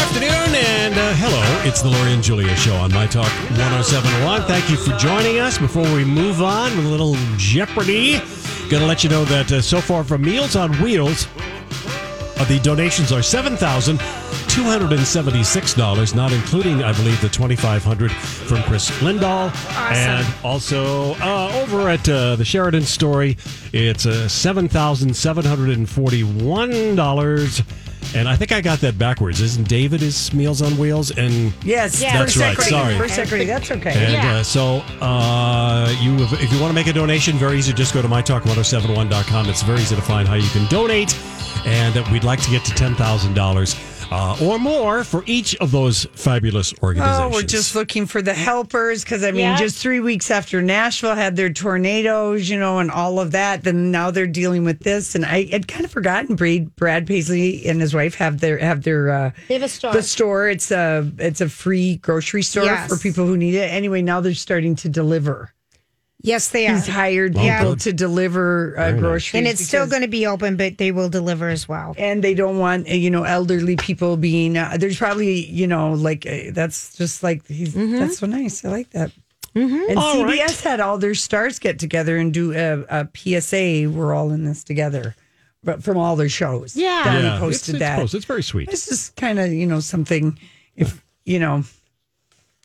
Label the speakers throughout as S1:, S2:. S1: Afternoon and uh, hello. It's the Lori and Julia show on My Talk 1071. Thank you for joining us. Before we move on with a little Jeopardy, gonna let you know that uh, so far from Meals on Wheels, uh, the donations are $7,276, not including, I believe, the 2500 from Chris Lindahl. And also uh, over at uh, the Sheridan Story, it's uh, $7,741. And I think I got that backwards. Isn't David his Meals on Wheels? And
S2: Yes,
S1: Yeah, That's
S2: first
S1: right,
S2: degree.
S1: sorry.
S2: First degree, that's okay.
S1: and uh, so, uh, you if you want to make a donation, very easy. Just go to mytalk1071.com. It's very easy to find how you can donate, and that we'd like to get to ten thousand uh, dollars or more for each of those fabulous
S2: Oh,
S1: organizations.
S2: we're just looking for the helpers because I mean, just three weeks after Nashville had their tornadoes, you know, and all of that, then now they're dealing with this. And I had kind of forgotten. Brad, Brad Paisley and his wife have their have their uh,
S3: They have a store.
S2: the store. It's a it's a free grocery store
S3: Yes.
S2: for people who need it. Anyway, now they're starting to deliver.
S3: yes, they are.
S2: He's hired
S1: Well,
S2: people
S1: good.
S2: to deliver uh, groceries,
S3: And it's still
S2: because-
S3: going to be open, but they will deliver as well.
S2: and they don't want uh, you know elderly people being uh, there's probably you know like uh, that's just like he's
S3: Mm-hmm.
S2: that's so nice i like that and
S1: All
S2: cbs
S1: right.
S2: had all their stars get together and do a, a psa we're all in this together but from all their shows
S3: Yeah.
S2: Donnie
S1: yeah, it's,
S2: posted
S1: it's
S2: that
S1: posted. It's very sweet.
S2: this is kind of you know something if you know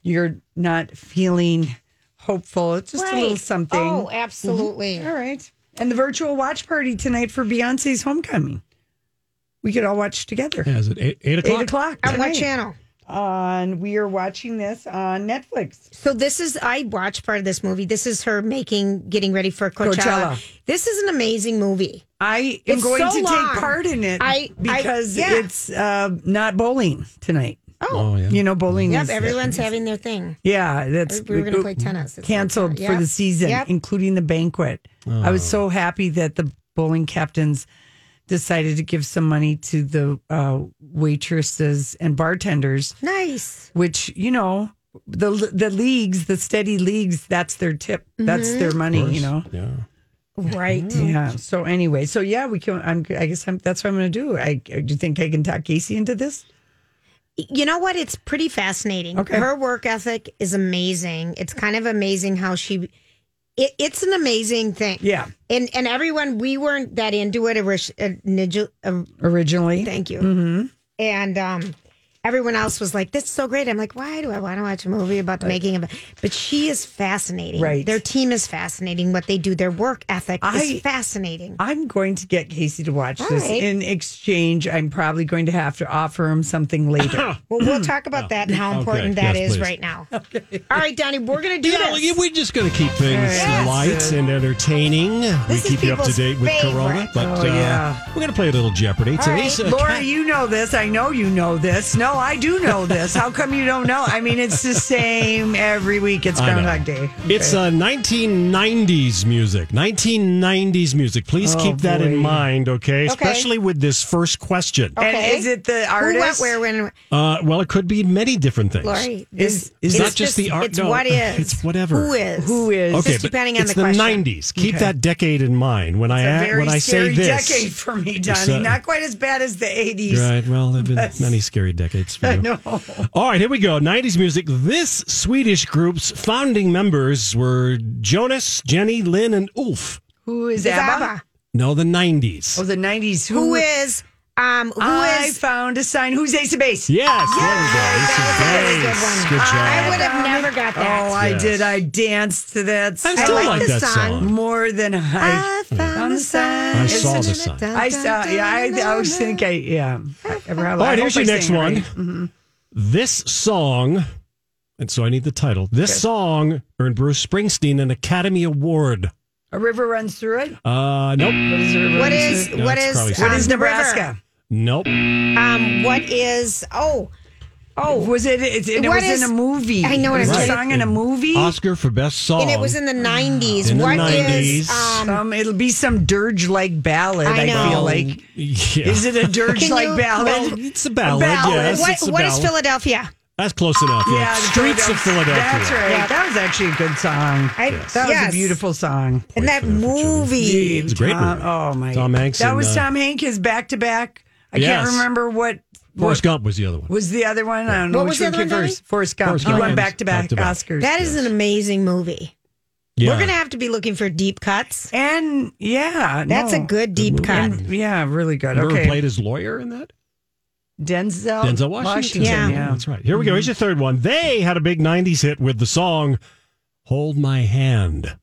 S2: you're not feeling hopeful it's just a little
S3: Right.
S2: something Mm-hmm.
S3: Oh, absolutely.
S2: all right. And the virtual watch party tonight for Beyonce's homecoming. We could all watch together.
S1: Yeah, is it eight, eight o'clock?
S2: Eight o'clock.
S3: On what
S2: tonight.
S3: channel?
S2: On we are watching this on Netflix.
S3: So this is I watched part of this movie. This is her making getting ready for Coachella.
S2: Coachella.
S3: This is an amazing movie.
S2: I am
S3: It's
S2: going
S3: so
S2: to
S3: long.
S2: take part in it
S3: I- I-
S2: because
S3: yeah.
S2: it's uh, not bowling tonight.
S1: Oh, yeah.
S2: You know, bowling
S3: Yep,
S2: is
S3: everyone's having their thing.
S2: yeah. That's
S3: We were going to play tennis. It's
S2: canceled
S3: like that.
S2: for
S3: Yep.
S2: the season,
S3: Yep.
S2: including the banquet. I was
S1: Oh.
S2: so happy that the bowling captains decided to give some money to the uh, waitresses and bartenders,
S3: Nice.
S2: which you know the the leagues, the steady leagues, that's their tip, that's
S3: Mm-hmm.
S2: their money, you know.
S1: Yeah.
S3: Right.
S2: Yeah. So anyway, so yeah, we can. I'm, I guess I'm, that's what I'm going to do. I do you think I can talk Casey into this?
S3: You know what? It's pretty fascinating.
S2: Okay.
S3: Her work ethic is amazing. It's kind of amazing how she. It, it's an amazing thing.
S2: Yeah.
S3: And and everyone, we weren't that into it. Originally,
S2: Originally,
S3: Thank you. And um, everyone else was like, "This is so great." I'm like, "Why do I want to watch a movie about the making of it?" But she is fascinating.
S2: Right.
S3: Their team is fascinating. What they do, their work ethic
S2: I-
S3: is fascinating.
S2: I'm going to get Casey to watch
S3: All
S2: this.
S3: right.
S2: In exchange, I'm probably going to have to offer him something later.
S3: well, we'll talk about that and how
S1: Okay.
S3: important that is
S1: Yes, please.
S3: right now. All right, Donnie, we're gonna do
S1: You know,
S3: this.
S1: we're just going to keep things
S2: Yes.
S1: light and entertaining.
S3: This
S1: we
S3: is
S1: keep you up to
S3: people's
S1: date with
S3: favorite.
S1: Corona, but
S2: Oh, yeah.
S1: uh, we're going to play a little Jeopardy. Today's uh,
S2: Laura, you know this. I know you know this. No, I do know this. How come you don't know? I mean, it's the same every week. It's
S1: I know.
S2: Groundhog Day.
S1: It's uh, 1990s music. 1990s music. Please keep that in
S2: boy.
S1: mind, okay? Especially with this first question.
S2: And
S3: okay.
S2: is it the
S3: Who, what,
S2: artist?
S3: where, when?
S1: Uh, well, it could be many different things.
S3: Lori,
S2: Is-
S3: this-
S2: is
S3: it's
S1: not just the art-
S3: It's
S1: no,
S3: what is.
S1: it's whatever.
S3: Who is?
S2: Who is?
S1: Okay,
S3: Just
S1: but
S3: depending on
S1: it's
S3: the question.
S1: 90s. Keep that decade in mind when I
S2: A
S1: a-
S2: very
S1: when I say
S2: scary
S1: this.
S2: decade for me,
S1: It's,
S2: Donnie.
S1: uh,
S2: Not quite as bad as the 80s.
S1: Right. Well, there've been many scary decades for you.
S2: No.
S1: All right, here we go. 90s music. This Swedish group's founding members were Jonas, Jenny, Lynn, and Ulf.
S2: Who is
S3: Is
S2: ABBA?
S3: ABBA.
S1: No, the 90s.
S2: Oh, the 90s.
S3: Who
S2: Who is?
S3: is? Um, who
S2: I
S3: is-
S2: found a sign. Who's Ace of Base?
S1: Yes,
S3: That
S1: there we go.
S3: was a really
S1: Ace
S3: good
S1: of Base.
S3: one.
S1: Good job.
S3: I would have never got
S2: Oh,
S3: that.
S2: I
S1: Yes.
S2: did. I danced to that.
S1: I
S2: song
S1: still
S3: like
S1: like,
S3: the
S1: that
S3: song.
S1: song.
S2: more than I.
S3: found
S2: the sign.
S1: I saw the sign.
S2: I saw. Yeah, I, I was think I. Yeah. I, I,
S3: Mm-hmm.
S1: All right, here's your next one. This song, and so I need the title. This song earned Bruce Springsteen an Academy Award.
S2: A river runs through it.
S1: Uh, nope,
S2: What is a river
S3: What
S2: runs
S3: is
S2: through
S1: No,
S3: what
S1: it's
S3: is
S1: probably
S2: it? What
S3: um,
S2: is
S3: the river?
S2: Nebraska?
S1: nope.
S3: Um, what is oh oh?
S2: Was it? It's, and it
S3: What
S2: was
S3: is-
S2: in a movie.
S3: I know what
S2: it was
S3: I'm
S2: a
S3: saying.
S2: song in a movie.
S1: Oscar for best song.
S3: And it was in the nineties.
S1: Oh. In the
S3: What is
S1: 90s.
S3: um?
S2: Um, it'll be some dirge like ballad.
S3: I
S2: I,
S3: know.
S2: feel like.
S1: Yeah.
S2: Is it a dirge like
S3: you-
S2: ballad?
S1: Well, it's a ballad,
S2: ballad.
S1: yes.
S3: oh, What,
S1: it's a
S3: what is
S1: ballad.
S3: Philadelphia?
S1: That's close enough. Yeah.
S2: the
S1: Streets of Philadelphia.
S2: That's right. That was actually a good song.
S3: I,
S2: That
S3: yes.
S2: was a beautiful song.
S3: And that movie.
S1: It's a great
S2: Tom-
S1: movie.
S2: Oh my!
S1: Tom Hanks
S2: That
S1: and,
S2: was
S1: uh,
S2: Tom Hank. His back to back. I
S1: Yes.
S2: can't remember what
S1: Forrest Gump was the other one.
S2: was the other one. I don't know
S3: What
S2: which
S3: was the
S2: one
S3: other
S2: came
S3: one,
S2: first. Forrest Gump.
S1: Forrest
S2: he
S1: Gump.
S2: won back to back
S1: Back-to-back.
S2: Oscars.
S3: That is an amazing movie.
S1: Yeah.
S3: We're gonna have to be looking for deep cuts.
S2: and yeah,
S3: That's
S2: no.
S3: a good deep cut.
S2: And- yeah, really good.
S1: Remember who
S2: Okay,
S1: played his lawyer in that?
S2: Denzel.
S1: Denzel Washington.
S3: Yeah.
S1: That's right. Here we go. Here's your third one. They had a big 90s hit with the song Hold My Hand.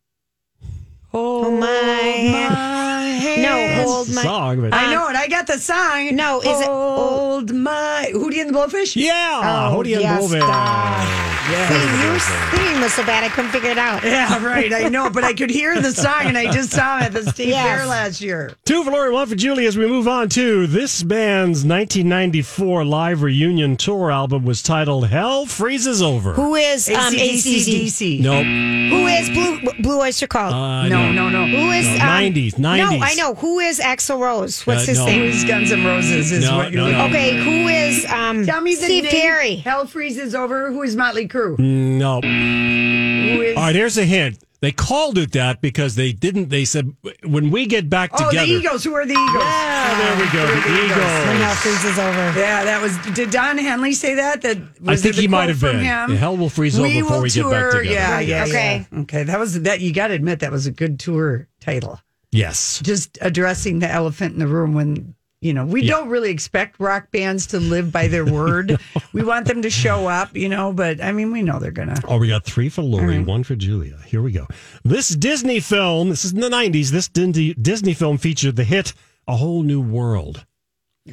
S2: Oh
S3: my.
S2: hand.
S3: No,
S1: That's
S3: hold
S1: the
S3: my.
S1: song, but
S2: I know it. I got the song.
S3: No, is it-
S2: Hold my Hootie and the Blowfish?
S1: yeah,
S3: Oh,
S1: Hold You
S3: yes,
S1: Moving.
S3: da. See, you were singing was so bad I couldn't figure it out.
S2: Yeah, right. I know, but I could hear the song, and I just saw it at the state
S3: Yes.
S2: fair last year.
S1: Two for Lori, one for Julie. As we move on to this band's 1994 live reunion tour album was titled "Hell Freezes Over."
S3: Who is um, ACDC?
S2: ACDC.
S1: Nope.
S3: Who is Blue Blue Oyster Cult?
S1: Uh,
S2: no, no, no.
S3: Who is
S1: no,
S3: um,
S1: 90s, 90s.
S3: No, I know who is Axl Rose. What's
S1: Uh,
S3: his
S1: no.
S3: name?
S2: Who's Guns N' Roses is
S1: No,
S2: what you're
S1: no,
S2: looking
S1: no.
S3: Okay, who is um,
S2: Tell me the
S3: Steve
S2: name.
S3: Perry?
S2: Hell freezes over. Who is Motley Crue?
S1: No.
S2: Who is?
S1: Mm. All right. Here's a hint. They called it that because they didn't. They said when we get back
S2: oh,
S1: together.
S2: the Eagles. Who are the Eagles?
S1: Yeah, there we go.
S2: Who are
S1: The
S3: When
S1: Eagles.
S3: hell freezes over.
S2: Yeah, that was. Did Don Henley say that? That was
S1: think
S2: it the
S1: he might
S2: quote
S1: have
S2: from
S1: been.
S2: Him?
S1: The hell will freeze over before
S2: will
S1: we get back
S2: tour.
S1: together.
S2: Yeah,
S1: Right.
S2: yeah,
S3: Okay.
S2: yeah. Okay, that was that. You got to admit that was a good tour title.
S1: Yes.
S2: Just addressing the elephant in the room when you know we don't really expect rock bands to live by their word. We want them to show up, you know. But I mean, we know they're gonna.
S1: Oh, we got three for Lori, one for Julia. Here we go. This Disney film, this is in the 90s, this Disney, Disney film featured the hit A Whole New World.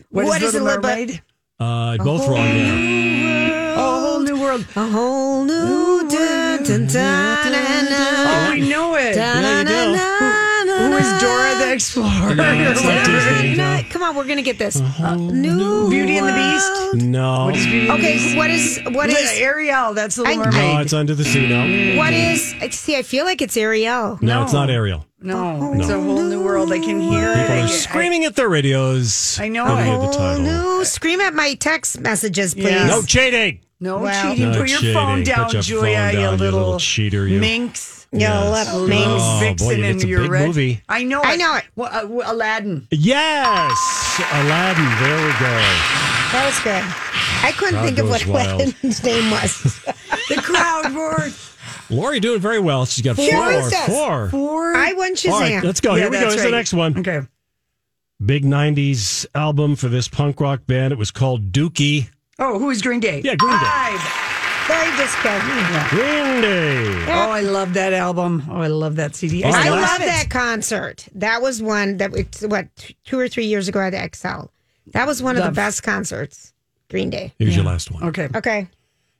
S3: What is
S2: Little
S3: a little bit-
S2: Mermaid?
S1: Uh, both wrong there.
S2: A whole new world.
S3: A whole new dun, dun, dun, dun, dun,
S2: Oh, we know it.
S1: Yeah, you do.
S2: Who is Dora the Explorer?
S1: No, it's not Disney. Uh-huh.
S3: Not- Come on, we're gonna get this.
S1: whole
S3: new
S2: Beauty and the Beast?
S3: world.
S1: No.
S3: Okay, what is what
S2: Yeah,
S3: is
S2: Ariel? That's the Little
S3: I-
S1: No,
S2: Mermaid.
S1: it's under the sea. No. No,
S3: what is? I- See, I feel like it's Ariel.
S1: it's not Ariel.
S2: no, it's a whole new world. I can hear.
S1: People
S2: it.
S1: are screaming at their radios.
S2: I know.
S1: when they hear the
S3: Whole
S1: title.
S3: new. Scream at my text messages, please.
S2: Yeah.
S1: No cheating.
S2: No
S3: Wow.
S2: cheating.
S1: No
S2: Put your
S1: cheating.
S2: phone
S1: Put
S2: down,
S1: your phone
S2: Julia.
S1: down,
S2: you
S1: you
S2: little,
S1: little cheater, you.
S2: minx.
S3: Yeah, a lot of
S2: Little
S3: minx.
S1: Oh,
S2: vixen
S1: boy, you-
S2: in
S1: it's a
S2: your
S1: big
S2: red.
S1: movie.
S2: I know.
S3: I know it.
S2: Well, uh, well, Aladdin.
S1: Yes. Aladdin. There we go.
S3: That was good. I couldn't
S1: Crowd
S3: think of
S1: goes
S3: what
S1: wild.
S3: Aladdin's name was.
S2: The crowd roared.
S1: Lori doing very well. She's got four.
S3: Princess.
S1: Four.
S2: Four.
S3: I won
S1: All right,
S3: Shazam.
S1: let's go.
S2: Yeah,
S1: Oh, Here we go.
S2: that's
S1: Here's the
S2: right.
S1: next one.
S2: Okay.
S1: big 90s album for this punk rock band. It was called Dookie.
S2: Oh, who is Green Day?
S1: Yeah, Green Day.
S2: Five.
S3: Very disco.
S1: Green Day.
S2: Oh, I love that album. Oh, I love that CD.
S1: Oh,
S3: I
S2: still
S1: love
S3: love that concert. That was one that it's what t- two or three years ago at the XL. That was one of the
S2: Love.
S3: best concerts. Green Day.
S1: Here's your last one.
S2: Okay.
S3: Okay.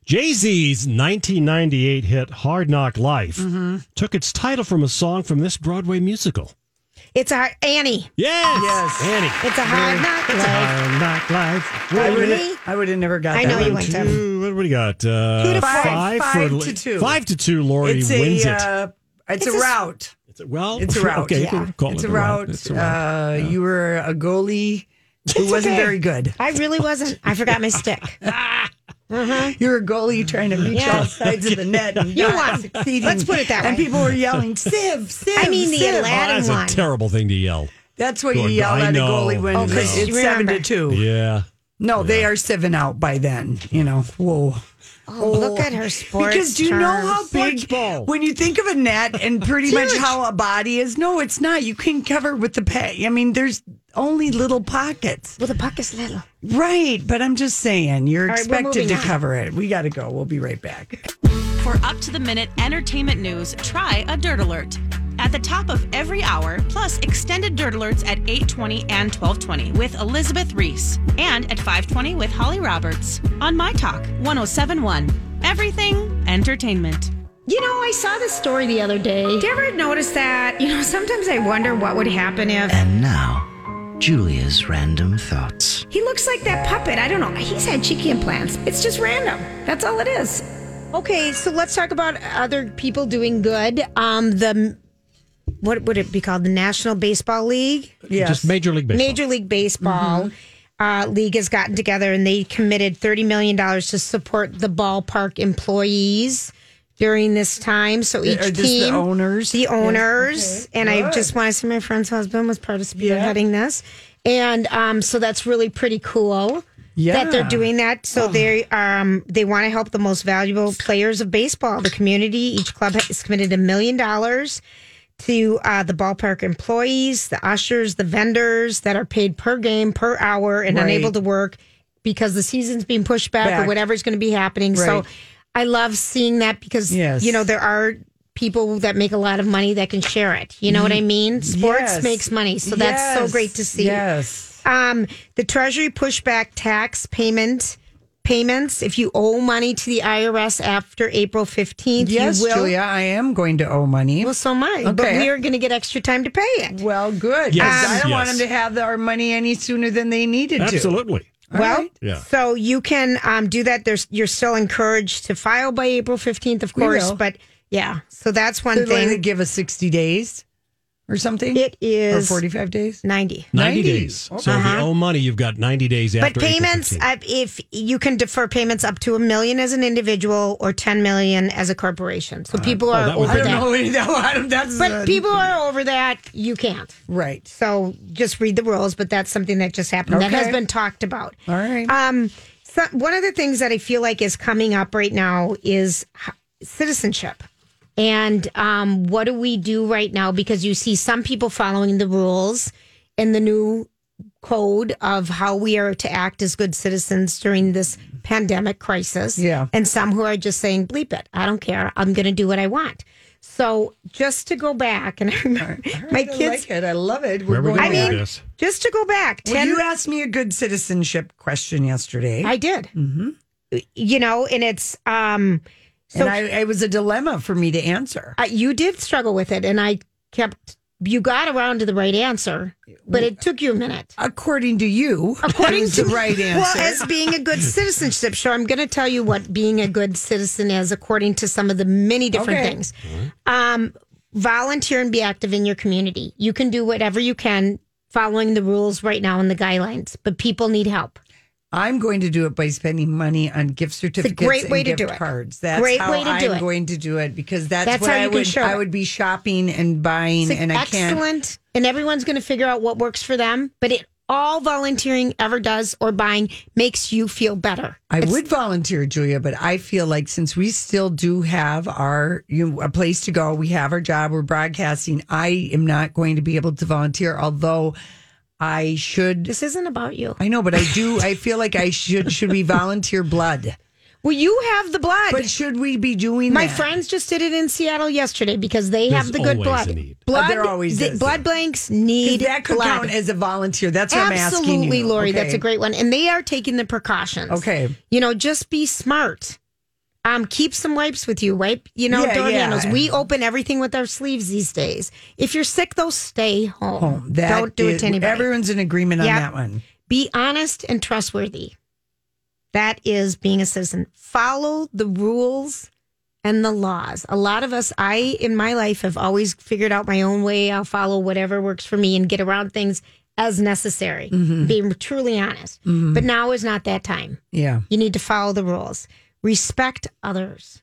S1: Jay Z's 1998 hit Hard Knock Life took its title from a song from this Broadway musical.
S3: It's a hard, Annie.
S1: Yes.
S2: Yes.
S1: Annie.
S3: It's a hard knock life.
S1: Hard Knock Life.
S2: I
S1: One,
S2: would.
S3: Really?
S2: I would have never got.
S3: I
S2: that
S3: know you
S2: one.
S3: went to.
S1: two, what do we got? Uh,
S3: Two to
S2: five. Five
S1: for-
S2: to two.
S1: Five to two. Lori
S2: It's
S1: Oh, wins
S2: a.
S1: it.
S2: Uh, it's,
S3: It's
S2: a
S3: a-
S2: route.
S1: It's a- well,
S2: It's a route.
S1: Okay, you
S2: yeah.
S1: can call
S2: it's
S1: it
S2: a route.
S1: It's a route.
S2: Uh, You were a goalie who wasn't
S3: okay.
S2: very good.
S3: I really wasn't. I forgot my stick.
S2: You're a goalie trying to reach
S3: Yeah.
S2: all sides of the net. And
S3: You
S2: not
S3: won.
S2: succeeding.
S3: Let's put it that
S2: And
S3: way.
S2: people were yelling, "Siv, Siv!"
S3: I mean, the
S2: Siv."
S1: Oh,
S3: Aladdin
S1: that's
S3: one.
S1: a terrible thing to yell.
S2: That's what you
S1: Good.
S2: yell
S1: I
S2: at a
S1: know.
S2: goalie when
S1: Oh, 'cause
S2: it's
S3: you
S2: seven to
S3: remember.
S2: two.
S1: Yeah.
S2: No, they are seven out by then. You know, whoa.
S3: Oh, look at her sports.
S2: Because do you know how
S3: terms.
S2: big
S1: ball.
S2: when you think of a net and pretty much
S3: huge.
S2: how a body is? No, it's not. You can cover with the pay. I mean, there's only little pockets,
S3: Well, the puck is little.
S2: right? But I'm just saying, you're
S3: right, we're
S2: expected
S3: moving
S2: to
S3: on.
S2: cover it. We got to go. We'll be right back.
S4: For up to the minute entertainment news, try a Dirt Alert. at the top of every hour, plus extended dirt alerts at 8:20 and 12:20 with Elizabeth Reese and at 5:20 with Holly Roberts on My Talk 1071. Everything entertainment.
S3: You know, I saw this story the other day. Did you ever notice that? You know, sometimes I wonder what would happen if
S5: And now, Julia's random thoughts.
S3: he looks like that puppet. I don't know. He's had cheeky implants. It's just random. That's all it is. Okay, so let's talk about other people doing good. Um, the what would it be called? The National Baseball League.
S2: Yes.
S1: Just Major League Baseball.
S3: Major League Baseball
S2: Mm-hmm.
S3: uh, League has gotten together and they committed $30 million to support the ballpark employees during this time. So each
S2: Are Uh, just the
S3: team,
S2: owners?
S3: the
S2: Yes,
S3: owners, and I
S2: Good.
S3: just want to say my friend's husband was part of
S2: Yeah.
S3: spearheading this. And um, so that's really pretty cool.
S2: Yeah.
S3: That they're doing that, so they um they want to help the most valuable players of baseball, the community. Each club has committed a million dollars to uh, the ballpark employees, the ushers, the vendors that are paid per game, per hour, and
S2: Right.
S3: unable to work because the season's being pushed back,
S2: Back.
S3: or whatever's going to be happening. So
S2: Right.
S3: I love seeing that because,
S2: Yes.
S3: you know, there are people that make a lot of money that can share it. You know what I mean? Sports
S2: Yes.
S3: makes money. So that's
S2: Yes.
S3: so great to see.
S2: Yes.
S3: Um, the Treasury pushed back tax payment payments. If you owe money to the IRS after April 15th,
S2: Yes,
S3: you will.
S2: Julia, I am going to owe money.
S3: Well, so much. But
S2: Okay.
S3: we are going to get extra time to pay it.
S2: Well, good.
S1: Yes,
S2: Because I don't want
S1: yes.
S2: them to have our money any sooner than they needed to.
S1: Absolutely.
S3: well,
S2: right.
S1: Yeah.
S3: so you can um, do that. There's you're still encouraged to file by April 15th, of
S2: We
S3: course.
S2: will.
S3: But yeah, so that's one
S2: Did they
S3: thing.
S2: give us 60 days or something?
S3: It
S2: or
S3: is
S2: 45 days?
S3: 90.
S1: 90,
S2: 90.
S1: days. So if
S2: Uh-huh.
S1: you owe money, you've got 90 days after
S3: But payments,
S1: April
S3: uh, if you can defer payments up to a million as an individual or 10 million as a corporation. So people are
S1: Uh-huh. that would
S3: over
S1: be
S2: I
S3: that.
S2: don't know. any- no, I don't- That's
S3: But
S2: uh,
S3: people are over that. You can't.
S2: Right.
S3: So just read the rules, but that's something that just happened that
S2: Okay.
S3: has been talked about.
S2: All right.
S3: Um, so one of the things that I feel like is coming up right now is h- citizenship. And um, what do we do right now? Because you see some people following the rules and the new code of how we are to act as good citizens during this pandemic crisis.
S2: Yeah.
S3: And some who are just saying, bleep it, I don't care. I'm going to do what I want. So just to go back, and I remember my
S2: I
S3: kids
S2: like it. I love it.
S1: Where are we
S2: going
S1: going
S3: I
S1: with
S3: mean-
S1: this?
S3: just to go back,
S2: Well,
S3: ten.
S2: you asked me a good citizenship question yesterday,
S3: I did. Mm-hmm. You know, and it's um. So
S2: and I, it was a dilemma for me to answer.
S3: uh, you did struggle with it, and I kept. You got around to the right answer, but it took you a minute.
S2: According to you,
S3: According
S2: it was
S3: to
S2: the right answer.
S3: Well, as being a good citizenship, sure. I'm going to tell you what being a good citizen is, according to some of the many different
S2: Okay.
S3: things. Um, volunteer and be active in your community. You can do whatever you can, following the rules right now and the guidelines. But people need help.
S2: I'm going to do it by spending money on gift certificates
S3: great way
S2: and
S3: to
S2: gift
S3: do it.
S2: cards. That's
S3: Great
S2: how
S3: way to
S2: I'm
S3: do it.
S2: going to do it because that's,
S3: That's
S2: what
S3: how
S2: I
S3: you can
S2: would
S3: show
S2: I
S3: it.
S2: would be shopping and buying
S3: It's
S2: and I
S3: excellent,
S2: can't
S3: and everyone's going to figure out what works for them. But it all volunteering ever does or buying makes you feel better.
S2: I would volunteer, Julia, but I feel like since we still do have our you a place to go, we have our job, we're broadcasting. I am not going to be able to volunteer, although I should.
S3: This isn't about you.
S2: I know, but I do. I feel like I should should we volunteer blood?
S3: Well, you have the blood.
S2: But should we be doing
S3: My
S2: that?
S3: friends just did it in Seattle yesterday because they
S1: There's
S3: have the good
S1: always
S3: blood.
S1: a need.
S3: Blood
S2: Uh, There always
S3: the
S2: is.
S3: blood banks need
S2: that could
S3: blood.
S2: count as a volunteer. That's what I'm asking
S3: Absolutely,
S2: you.
S3: Lori.
S2: Okay.
S3: That's a great one. And they are taking the precautions.
S2: Okay.
S3: You know, just be smart. Um, keep some wipes with you. Wipe, you know,
S2: Yeah,
S3: door
S2: yeah.
S3: handles. We open everything with our sleeves these days. If you're sick, though, stay home.
S2: Oh, that
S3: Don't do it
S2: is-
S3: to anybody.
S2: Everyone's in agreement on
S3: Yep.
S2: that one.
S3: be honest and trustworthy. That is being a citizen. Follow the rules and the laws. A lot of us, I in my life have always figured out my own way. I'll follow whatever works for me and get around things as necessary,
S2: Mm-hmm.
S3: being truly honest. But now is not that time.
S2: Yeah.
S3: You need to follow the rules, respect others.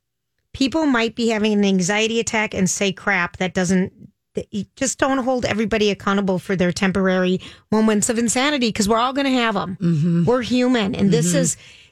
S3: People might be having an anxiety attack and say crap that doesn't. that you Just don't hold everybody accountable for their temporary moments of insanity because we're all going to have them. We're human, and this is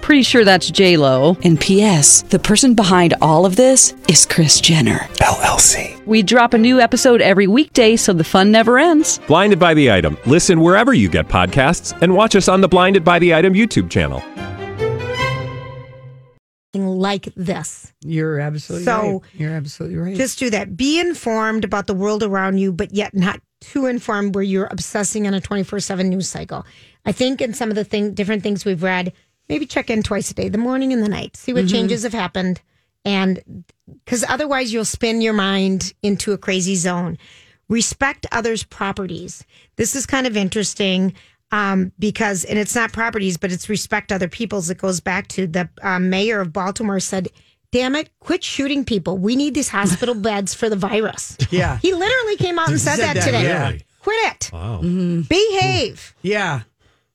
S6: Pretty sure that's J Lo.
S7: And P.S. The person behind all of this is Chris Jenner
S8: LLC.
S6: We drop a new episode every weekday, so the fun never ends.
S8: Blinded by the item. Listen wherever you get podcasts, and watch us on the Blinded by the Item YouTube channel.
S3: like this.
S2: You're absolutely
S3: So-
S2: right. You're absolutely right.
S3: Just do that. Be informed about the world around you, but yet not too informed where you're obsessing on a 24 7 news cycle. I think in some of the thing, different things we've read, maybe check in twice a day, the morning and the night, see what changes have happened. And because otherwise you'll spin your mind into a crazy zone. Respect others' properties. This is kind of interesting um, because, and it's not properties, but it's respect other people's. It goes back to the um, mayor of Baltimore said, Damn it, quit shooting people. We need these hospital beds for the virus.
S2: yeah.
S3: He literally came out and said,
S2: Said
S3: that,
S2: that,
S3: today.
S2: yeah.
S3: Quit it.
S1: Wow.
S3: Behave.
S2: Yeah.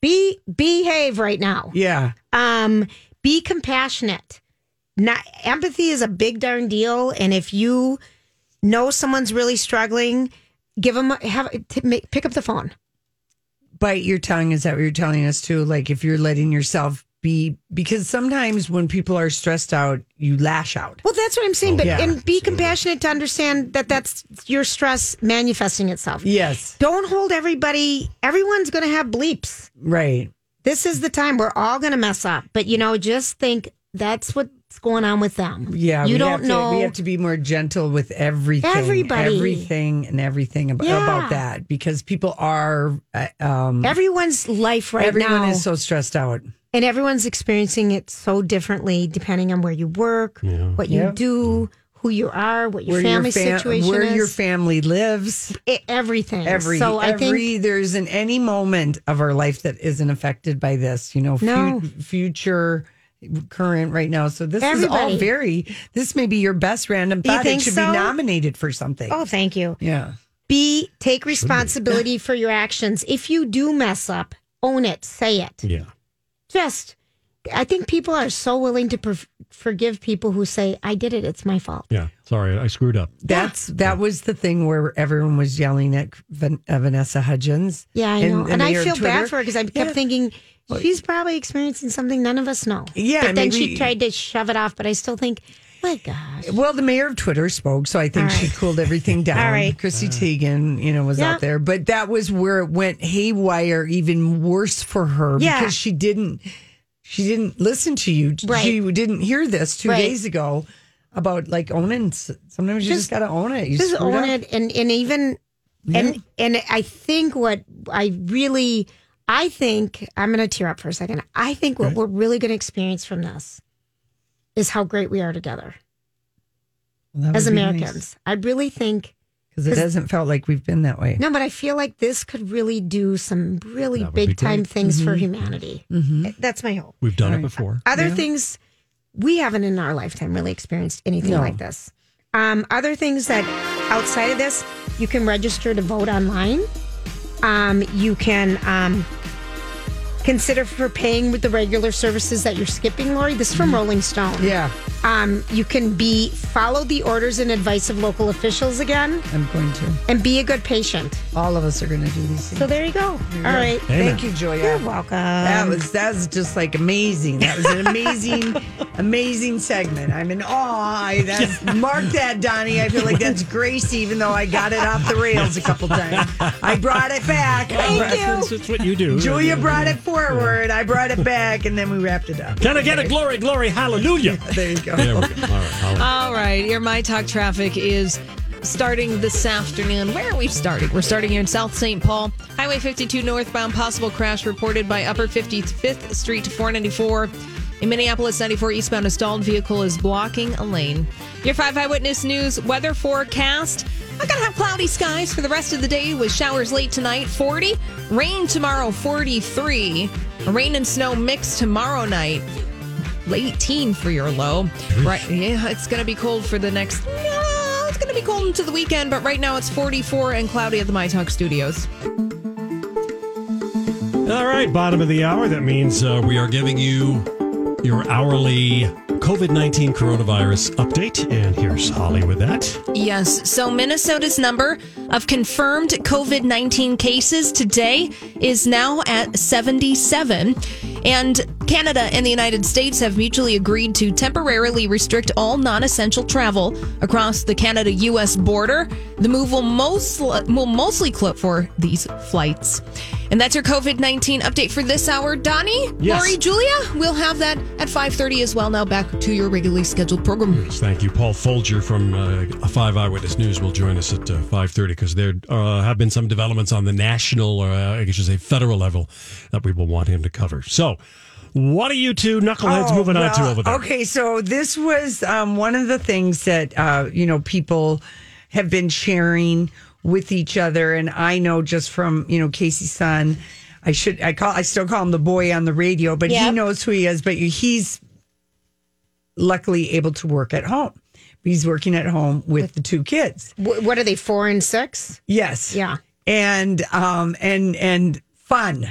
S3: Be behave right now.
S2: Yeah.
S3: Um, be compassionate. Not empathy is a big darn deal, and if you know someone's really struggling, give them have t- ma- pick up the phone.
S2: bite your tongue is that what you're telling us too like if you're letting yourself be because sometimes when people are stressed out you lash out
S3: Well, that's what I'm saying. but
S2: Oh, yeah,
S3: and be compassionate to understand that that's your stress manifesting itself.
S2: yes
S3: Don't hold everybody. Everyone's going to have bleeps.
S2: right
S3: this is the time we're all going to mess up. But you know, just think that's what's going on with them.
S2: yeah
S3: you
S2: we
S3: don't
S2: have to,
S3: know.
S2: we have to be more gentle with everything
S3: Everybody.
S2: everything and everything ab-
S3: Yeah.
S2: about that because people are uh, um
S3: Everyone's life right
S2: everyone
S3: now,
S2: is so stressed out
S3: and everyone's experiencing it so differently depending on where you work, what you
S2: Yeah.
S3: do, who you are, what your family
S2: fam-
S3: situation
S2: where
S3: is,
S2: your family lives
S3: e- everything.
S2: every
S3: so I
S2: every
S3: think
S2: there's in any moment of our life that isn't affected by this you know fu-
S3: No.
S2: future current right now so this is
S3: Everybody.
S2: all very this may be your best random
S3: You
S2: thought it
S3: think
S2: should
S3: so?
S2: be nominated for something
S3: Oh, thank you.
S2: yeah
S3: Be take responsibility for your actions. If you do mess up, own it. Say it.
S1: Yeah.
S3: Just, I think people are so willing to per- forgive people who say, "I did it. It's my fault."
S1: Yeah. Sorry, I screwed up.
S2: that's that was the thing where everyone was yelling at Van, uh, Vanessa Hudgens
S3: Yeah, I
S2: in
S3: know.
S2: the
S3: And I
S2: mayor of
S3: feel
S2: Twitter.
S3: bad for her because I kept
S2: Yeah.
S3: thinking she's probably experiencing something none of us know.
S2: Yeah,
S3: But
S2: I
S3: then
S2: mean,
S3: she
S2: we-
S3: tried to shove it off, but I still think, my gosh.
S2: Well, the mayor of Twitter spoke, so I think
S3: All
S2: she
S3: right.
S2: cooled everything down.
S3: All right.
S2: Chrissy Teigen, you know, was
S3: Yeah.
S2: out there, but that was where it went haywire, even worse for her
S3: Yeah.
S2: because she didn't, she didn't listen to you.
S3: Right.
S2: She didn't hear this two
S3: Right.
S2: days ago about like owning. s- Sometimes you just,
S3: Just-
S2: gotta own it. You
S3: Just
S2: screwed
S3: own
S2: up.
S3: it and, and even and and I think what I really I think I'm gonna tear up for a second. I think what we're really gonna experience from this is how great we are together
S2: Well, that
S3: as
S2: would be
S3: Americans. I really think
S2: because it hasn't felt like we've been that way.
S3: No, but I feel like this could really do some really
S1: That would be
S3: big time
S1: great. Mm-hmm.
S3: things for
S2: Mm-hmm.
S3: humanity. That's my hope.
S1: We've done it before.
S3: Other things we haven't in our lifetime really experienced anything like this. Um, other things that outside of this, you can register to vote online. Um, you can um, consider for paying with the regular services that you're skipping, Lori. This is from Rolling Stone.
S2: Mm-hmm. Yeah,
S3: Um, you can be follow the orders and advice of local officials again,
S2: I'm going to.
S3: and be a good patient.
S2: All of us are going to do these things.
S3: So there you go. All right.
S2: Thank you, Joya.
S3: You're welcome.
S2: That
S1: Um,
S2: was that was just like amazing. That was an amazing, amazing segment. I'm in awe. I that's, mark that, Donnie. I feel like that's grace, even though I got it off the rails a couple times. I brought it back. I brought-
S1: That's, that's what you do.
S2: Julia brought it forward. I brought it back, and then we wrapped it up.
S1: Can I get a glory, glory, hallelujah?
S2: There you go.
S1: There we go. All right. All right.
S6: All right, your My Talk traffic is
S9: starting this afternoon. Where are we starting? We're starting here in South St. Paul. Highway 52 northbound, possible crash reported by Upper 55th Street to 494. In Minneapolis, 94 eastbound, a stalled vehicle is blocking a lane. Your 5 Eyewitness News weather forecast. I'm going to have cloudy skies for the rest of the day with showers late tonight, 40. Rain tomorrow, 43. Rain and snow mixed tomorrow night. 18 for your low. Right. Yeah, it's going to be cold for the next. No, it's going to be cold into the weekend, but right now it's 44 and cloudy at the MyTalk Studios.
S1: All right, bottom of the hour. That means uh, we are giving you your hourly COVID 19 coronavirus update. And here's Holly with that.
S9: Yes. So Minnesota's number of confirmed COVID 19 cases today is now at 77. And Canada and the United States have mutually agreed to temporarily restrict all non essential travel across the Canada US border. The move will, most, will mostly clip for these flights. And that's your COVID 19 update for this hour. Donnie,
S1: Yes.
S9: Lori, Julia, we'll have that at 5.30 as well. Now back to your regularly scheduled program.
S1: Thank you, Paul Folger from uh, Five Eyewitness News will join us at uh, five thirty because there uh, have been some developments on the national, or uh, I guess you say federal level, that we will want him to cover. So, what are you two knuckleheads
S2: Oh,
S1: moving on to
S2: well,
S1: over there?
S2: Okay, so this was um, one of the things that uh, you know people have been sharing with each other, and I know just from you know Casey's son. I should I call I still call him the boy on the radio, but he
S10: Yep.
S2: knows who he is. But he's luckily able to work at home. He's working at home with the two kids.
S3: What are they? Four and six?
S2: Yes.
S3: Yeah.
S2: And um and and fun.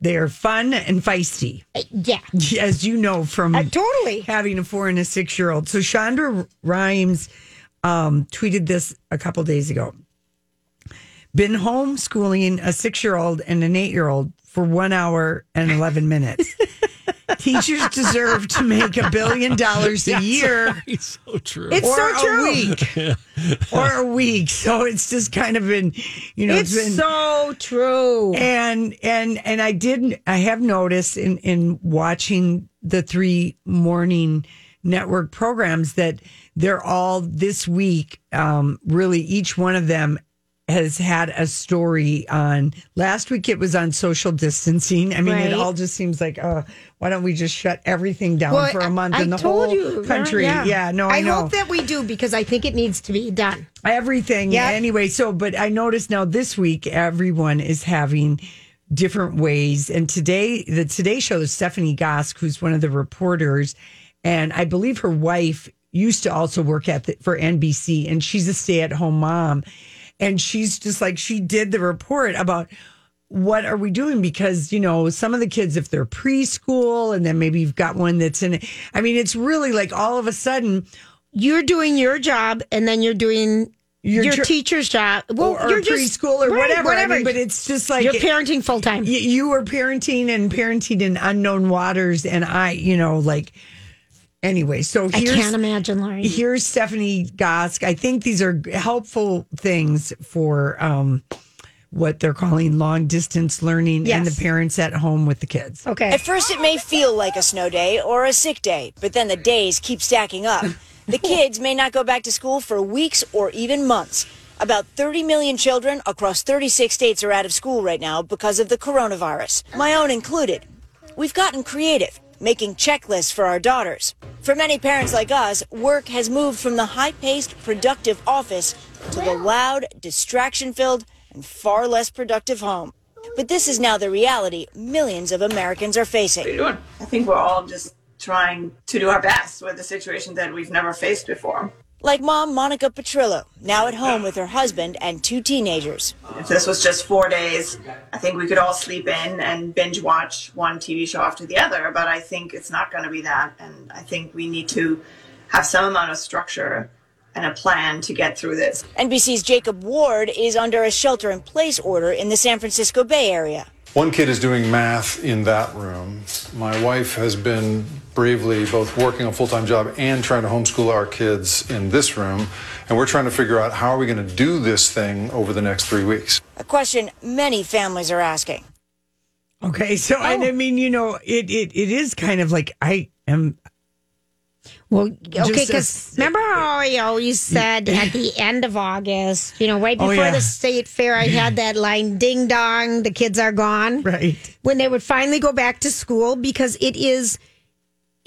S2: They're fun and feisty.
S3: Uh, Yeah.
S2: Mm.
S3: Uh,
S2: As you know from
S3: totally
S2: having a four and a six year old. So Chandra Rhimes um, tweeted this a couple days ago. Been homeschooling a six year old and an eight year old for one hour and 11 minutes. Teachers deserve to make a billion dollars a
S1: That's
S2: year
S1: right, so true.
S2: It's Or so a true. week. or a week. So it's just kind of been, you know,
S3: It's
S2: been
S3: so true.
S2: And and and I did I have noticed in in watching the three morning network programs that they're all this week. Um, really, each one of them has had a story on last week it was on social distancing i mean
S3: Right.
S2: it all just seems like uh why don't we just shut everything down
S3: Well,
S2: for a month
S3: I- I
S2: in the
S3: told
S2: whole
S3: you,
S2: country yeah. no i, know
S3: hope that we do because I think it needs to be done.
S2: everything.
S3: Yeah.
S2: Anyway, so but I noticed now this week everyone is having different ways, and today the Today Show is Stephanie Gosk, who's one of the reporters, and I believe her wife used to also work at the, for NBC, and she's a stay at home mom, and she's just like she did the report about. What are we doing? Because, you know, some of the kids, if they're preschool and then maybe you've got one that's in, I mean, it's really like all of a sudden,
S3: You're doing your job and then you're doing your,
S2: Your jo-
S3: teacher's job. Well,
S2: or, or
S3: Oh, you're just-
S2: preschool or
S3: right,
S2: whatever. I
S3: Whatever.
S2: mean, but it's just like
S3: You're parenting full time.
S2: Y- you were parenting and parenting in unknown waters, and I, you know, like anyway. So
S3: I
S2: here's
S3: can't imagine, Laurie.
S2: here's Stephanie Gosk. I think these are helpful things for um, what they're calling long distance learning and
S11: Yes.
S2: the parents at home with the kids.
S11: At first, it may feel like a snow day or a sick day, but then the days keep stacking up. The kids may not go back to school for weeks or even months. About 30 million children across 36 states are out of school right now because of the coronavirus, my own included. We've gotten creative, making checklists for our daughters. For many parents like us, work has moved from the high paced, productive office to the loud, distraction filled, and far less productive home. But this is now the reality millions of Americans are facing.
S12: I think we're all just trying to do our best with a situation that we've never faced before.
S11: Like mom Monica Petrillo, now at home with her husband and two teenagers.
S12: If this was just four days, I think we could all sleep in and binge watch one TV show after the other, but I think it's not going to be that. And I think we need to have some amount of structure and a plan to get through this.
S11: NBC's Jacob Ward is under a shelter in place order in the San Francisco Bay Area.
S13: One kid is doing math in that room. My wife has been bravely both working a full time job and trying to homeschool our kids in this room. And we're trying to figure out how are we going to do this thing over the next three weeks.
S11: A question many families are asking.
S2: Oh. Okay, so and I mean, you know, it it it is kind of like I am
S3: Well, okay,
S2: Just
S3: because remember how I always said at the end of August, you know, right
S2: Oh,
S3: before
S2: yeah.
S3: the state fair, I had that line, ding dong, the kids are gone.
S2: Right.
S3: When they would finally go back to school, because it is,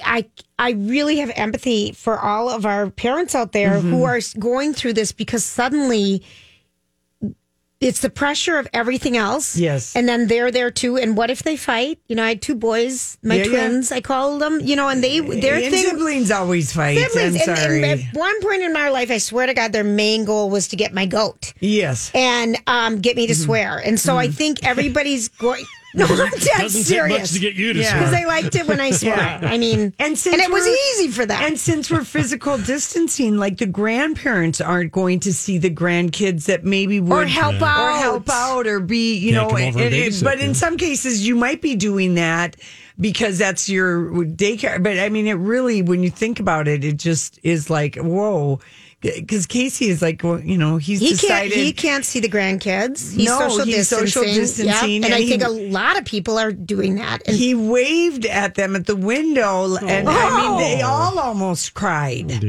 S3: I, I really have empathy for all of our parents out there
S2: Mm-hmm.
S3: who are s- going through this because suddenly it's the pressure of everything else.
S2: Yes.
S3: And then they're there too. And what if they fight? You know, I had two boys, my
S2: Yeah, yeah.
S3: twins, I called them, you know, and they, their
S2: and
S3: thing
S2: siblings always fight.
S3: siblings.
S2: I'm
S3: And-
S2: sorry.
S3: And, at one point in my life, I swear to God, their main goal was to get my goat
S2: yes.
S3: and um, get me to swear. And so I think everybody's going. No, I'm dead
S2: Mm-hmm. Doesn't take
S3: serious.
S2: much to get you to Yeah. swear.
S3: because they liked it when I swore.
S2: Yeah.
S3: I mean,
S2: and, since
S3: and it was
S2: we're-
S3: easy for them.
S2: And since we're physical distancing, like the grandparents aren't going to see the grandkids that maybe would
S3: help Yeah.
S2: or
S3: out.
S2: help out, or be you
S10: Yeah,
S2: know.
S10: come over and
S2: it- it-
S10: babysit,
S2: but in
S10: yeah.
S2: some cases, you might be doing that because that's your daycare. But I mean, it really, when you think about it, it just is like whoa. Because Casey is like, well, you know, he's
S3: he
S2: decided
S3: can't. He can't see the grandkids. He's
S2: No,
S3: social
S2: he's
S3: distancing.
S2: social distancing,
S3: Yep. And,
S2: and
S3: I
S2: he-
S3: think a lot of people are doing that. And
S2: he waved at them at the window, and I mean, they
S3: Oh.
S2: all almost cried.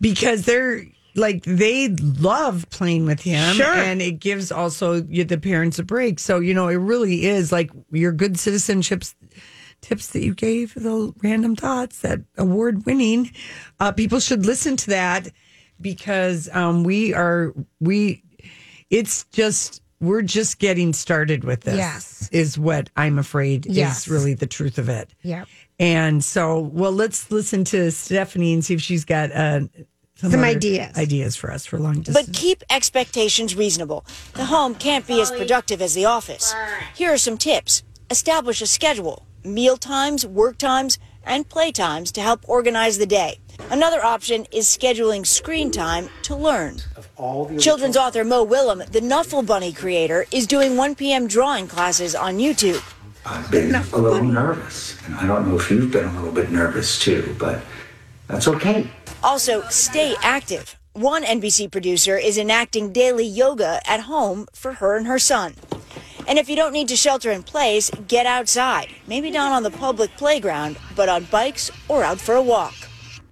S2: Because they're like they love playing with him,
S3: Sure.
S2: and it gives also you- the parents a break. So you know, it really is like your good citizenships tips that you gave the random thoughts that award winning uh, people should listen to that because um, we are we it's just we're just getting started with this
S3: Yes.
S2: is what i'm afraid
S3: Yes.
S2: is really the truth of it
S3: yeah,
S2: and so, well, let's listen to Stephanie and see if she's got uh,
S3: Some
S2: other
S3: ideas.
S2: ideas for us for long distance.
S11: But keep expectations reasonable. The home can't be as productive as the office. Here are some tips establish a schedule, meal times, work times, and play times to help organize the day. Another option is scheduling screen time to learn. Children's author Mo Willem, the Nuffle Bunny creator, is doing 1 p.m. drawing classes on YouTube.
S14: I've been a little nervous, and I don't know if you've been a little bit nervous too, but that's okay.
S11: Also, stay active. One NBC producer is enacting daily yoga at home for her and her son. And if you don't need to shelter in place, get outside. Maybe not on the public playground, but on bikes or out for a walk.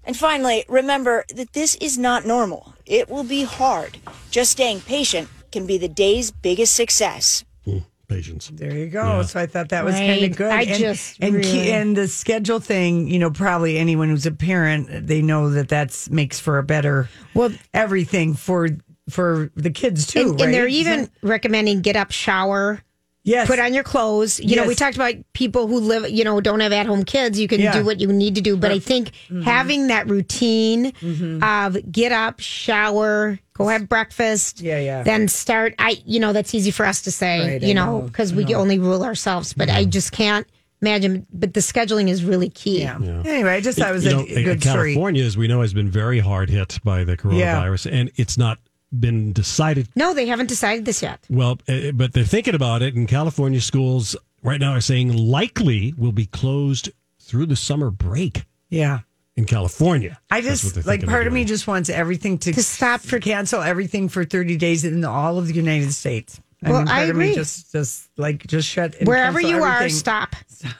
S11: And finally, remember that this is not normal. It will be hard. Just staying patient can be the day's biggest success.
S1: hmm, Patience.
S2: There you go.
S1: Yeah.
S2: So I thought that was
S11: Right.
S2: kind of good.
S11: I
S2: and,
S11: just
S2: and ke-
S11: really-
S2: and the schedule thing, you know, probably anyone who's a parent, they know that that's makes for a better well everything for for the kids too.
S3: and, and they're
S2: right?
S3: even
S2: So-
S3: recommending get up, shower,
S2: Yes.
S3: put on your clothes. You know,
S2: Yes.
S3: we talked about people who live, you know, don't have at home kids. You can
S2: Yeah.
S3: do what you need to do. But I
S2: Right. Mm-hmm.
S3: think
S2: Mhm.
S3: having that routine of get up, shower, go have breakfast.
S2: Yeah, yeah.
S3: Then start. I, you know, that's easy for us to say,
S2: Right, I
S3: you know,
S2: know,
S3: because
S2: I
S3: we
S2: know. Mm-hmm.
S3: only rule ourselves. But I just can't imagine. But the scheduling is really key.
S1: Yeah.
S2: Anyway, I just thought it was
S1: You
S2: a,
S1: know,
S2: a good story.
S1: California, as we know, has been very hard hit by the
S3: Yeah.
S1: coronavirus, and it's not been decided
S3: No, they haven't decided this yet.
S1: Well, eh, but they're thinking about it, and California schools right now are saying likely will be closed through the summer break
S2: Yeah.
S1: in California.
S2: I
S1: That's what they're
S2: just like
S1: thinking
S2: part of
S1: doing.
S2: me just wants everything to, stop for cancel everything for 30 days in all of the United States.
S3: Well,
S2: part
S3: I
S2: of me
S3: agree.
S2: just just like just shut and
S3: Wherever
S2: cancel
S3: you are,
S2: everything.
S3: stop. Stop.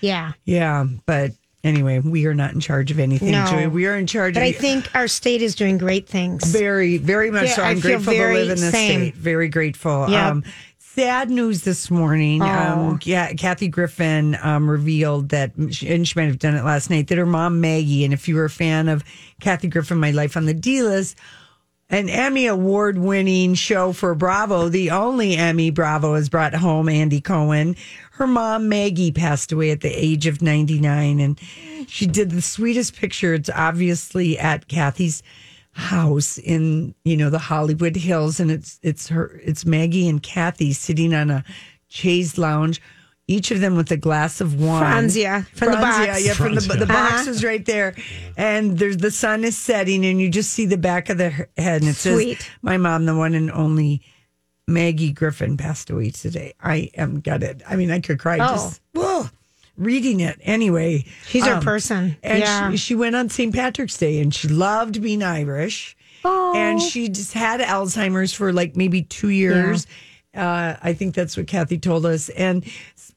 S3: Yeah.
S2: Yeah, but anyway, we are not in charge of anything,
S3: No.
S2: Julie. We are in charge
S3: But
S2: of
S3: I think our state is doing great things.
S2: very very much so.
S3: I
S2: I'm
S3: feel
S2: grateful to
S3: very
S2: live in this
S3: same.
S2: state. Very grateful. Um,
S3: Yep.
S2: sad news this morning.
S3: Oh.
S2: Um, yeah, Kathy Griffin um, revealed that, and she might have done it last night, that her mom, Maggie, and if you were a fan of Kathy Griffin, My Life on the D List, an Emmy award winning show for Bravo, the only Emmy Bravo has brought home Andy Cohen. Her mom, Maggie, passed away at the age of 99, and she did the sweetest picture. It's obviously at Kathy's house in you know the Hollywood Hills, and it's it's her it's Maggie and Kathy sitting on a chaise lounge, each of them with a glass of wine.
S3: Franzia, from the
S2: Franzia,
S3: box.
S2: yeah, from the, the
S3: Franzia.
S2: box is right there, and there's the sun is setting, and you just see the back of the head, and it
S3: Sweet.
S2: says, "My mom, the one and only." Maggie Griffin passed away today. I am gutted. I mean, I could cry
S3: Oh.
S2: just whoa, reading it. Anyway,
S3: She's our
S2: um,
S3: person.
S2: and
S3: yeah.
S2: she, she went on St. Patrick's Day and she loved being Irish. And
S3: Oh.
S2: she just had Alzheimer's for like maybe two years. Uh, I think that's what Kathy told us. And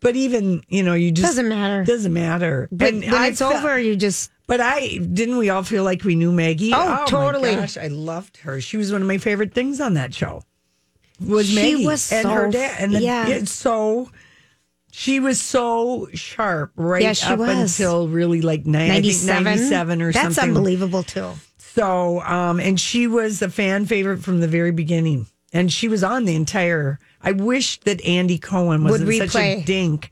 S2: but even you know, you just
S3: Doesn't matter.
S2: Doesn't matter.
S3: But when
S2: I
S3: it's
S2: felt-
S3: over, you just
S2: But I didn't we all feel like we knew Maggie?
S3: Oh, totally.
S2: My gosh, I loved her. She was one of my favorite things on that show. Was
S3: She
S2: Maggie
S3: was
S2: and
S3: so-
S2: her dad and the,
S3: yeah.
S2: it's so she was so sharp right
S3: Yeah, she
S2: up
S3: was.
S2: until really like nine, 97?
S3: 97?
S2: 97 or
S3: That's
S2: something.
S3: unbelievable, too.
S2: So, um, and she was a fan favorite from the very beginning, and she was on the entire. I wish that Andy Cohen
S3: Would
S2: wasn't such a
S3: replay.
S2: dink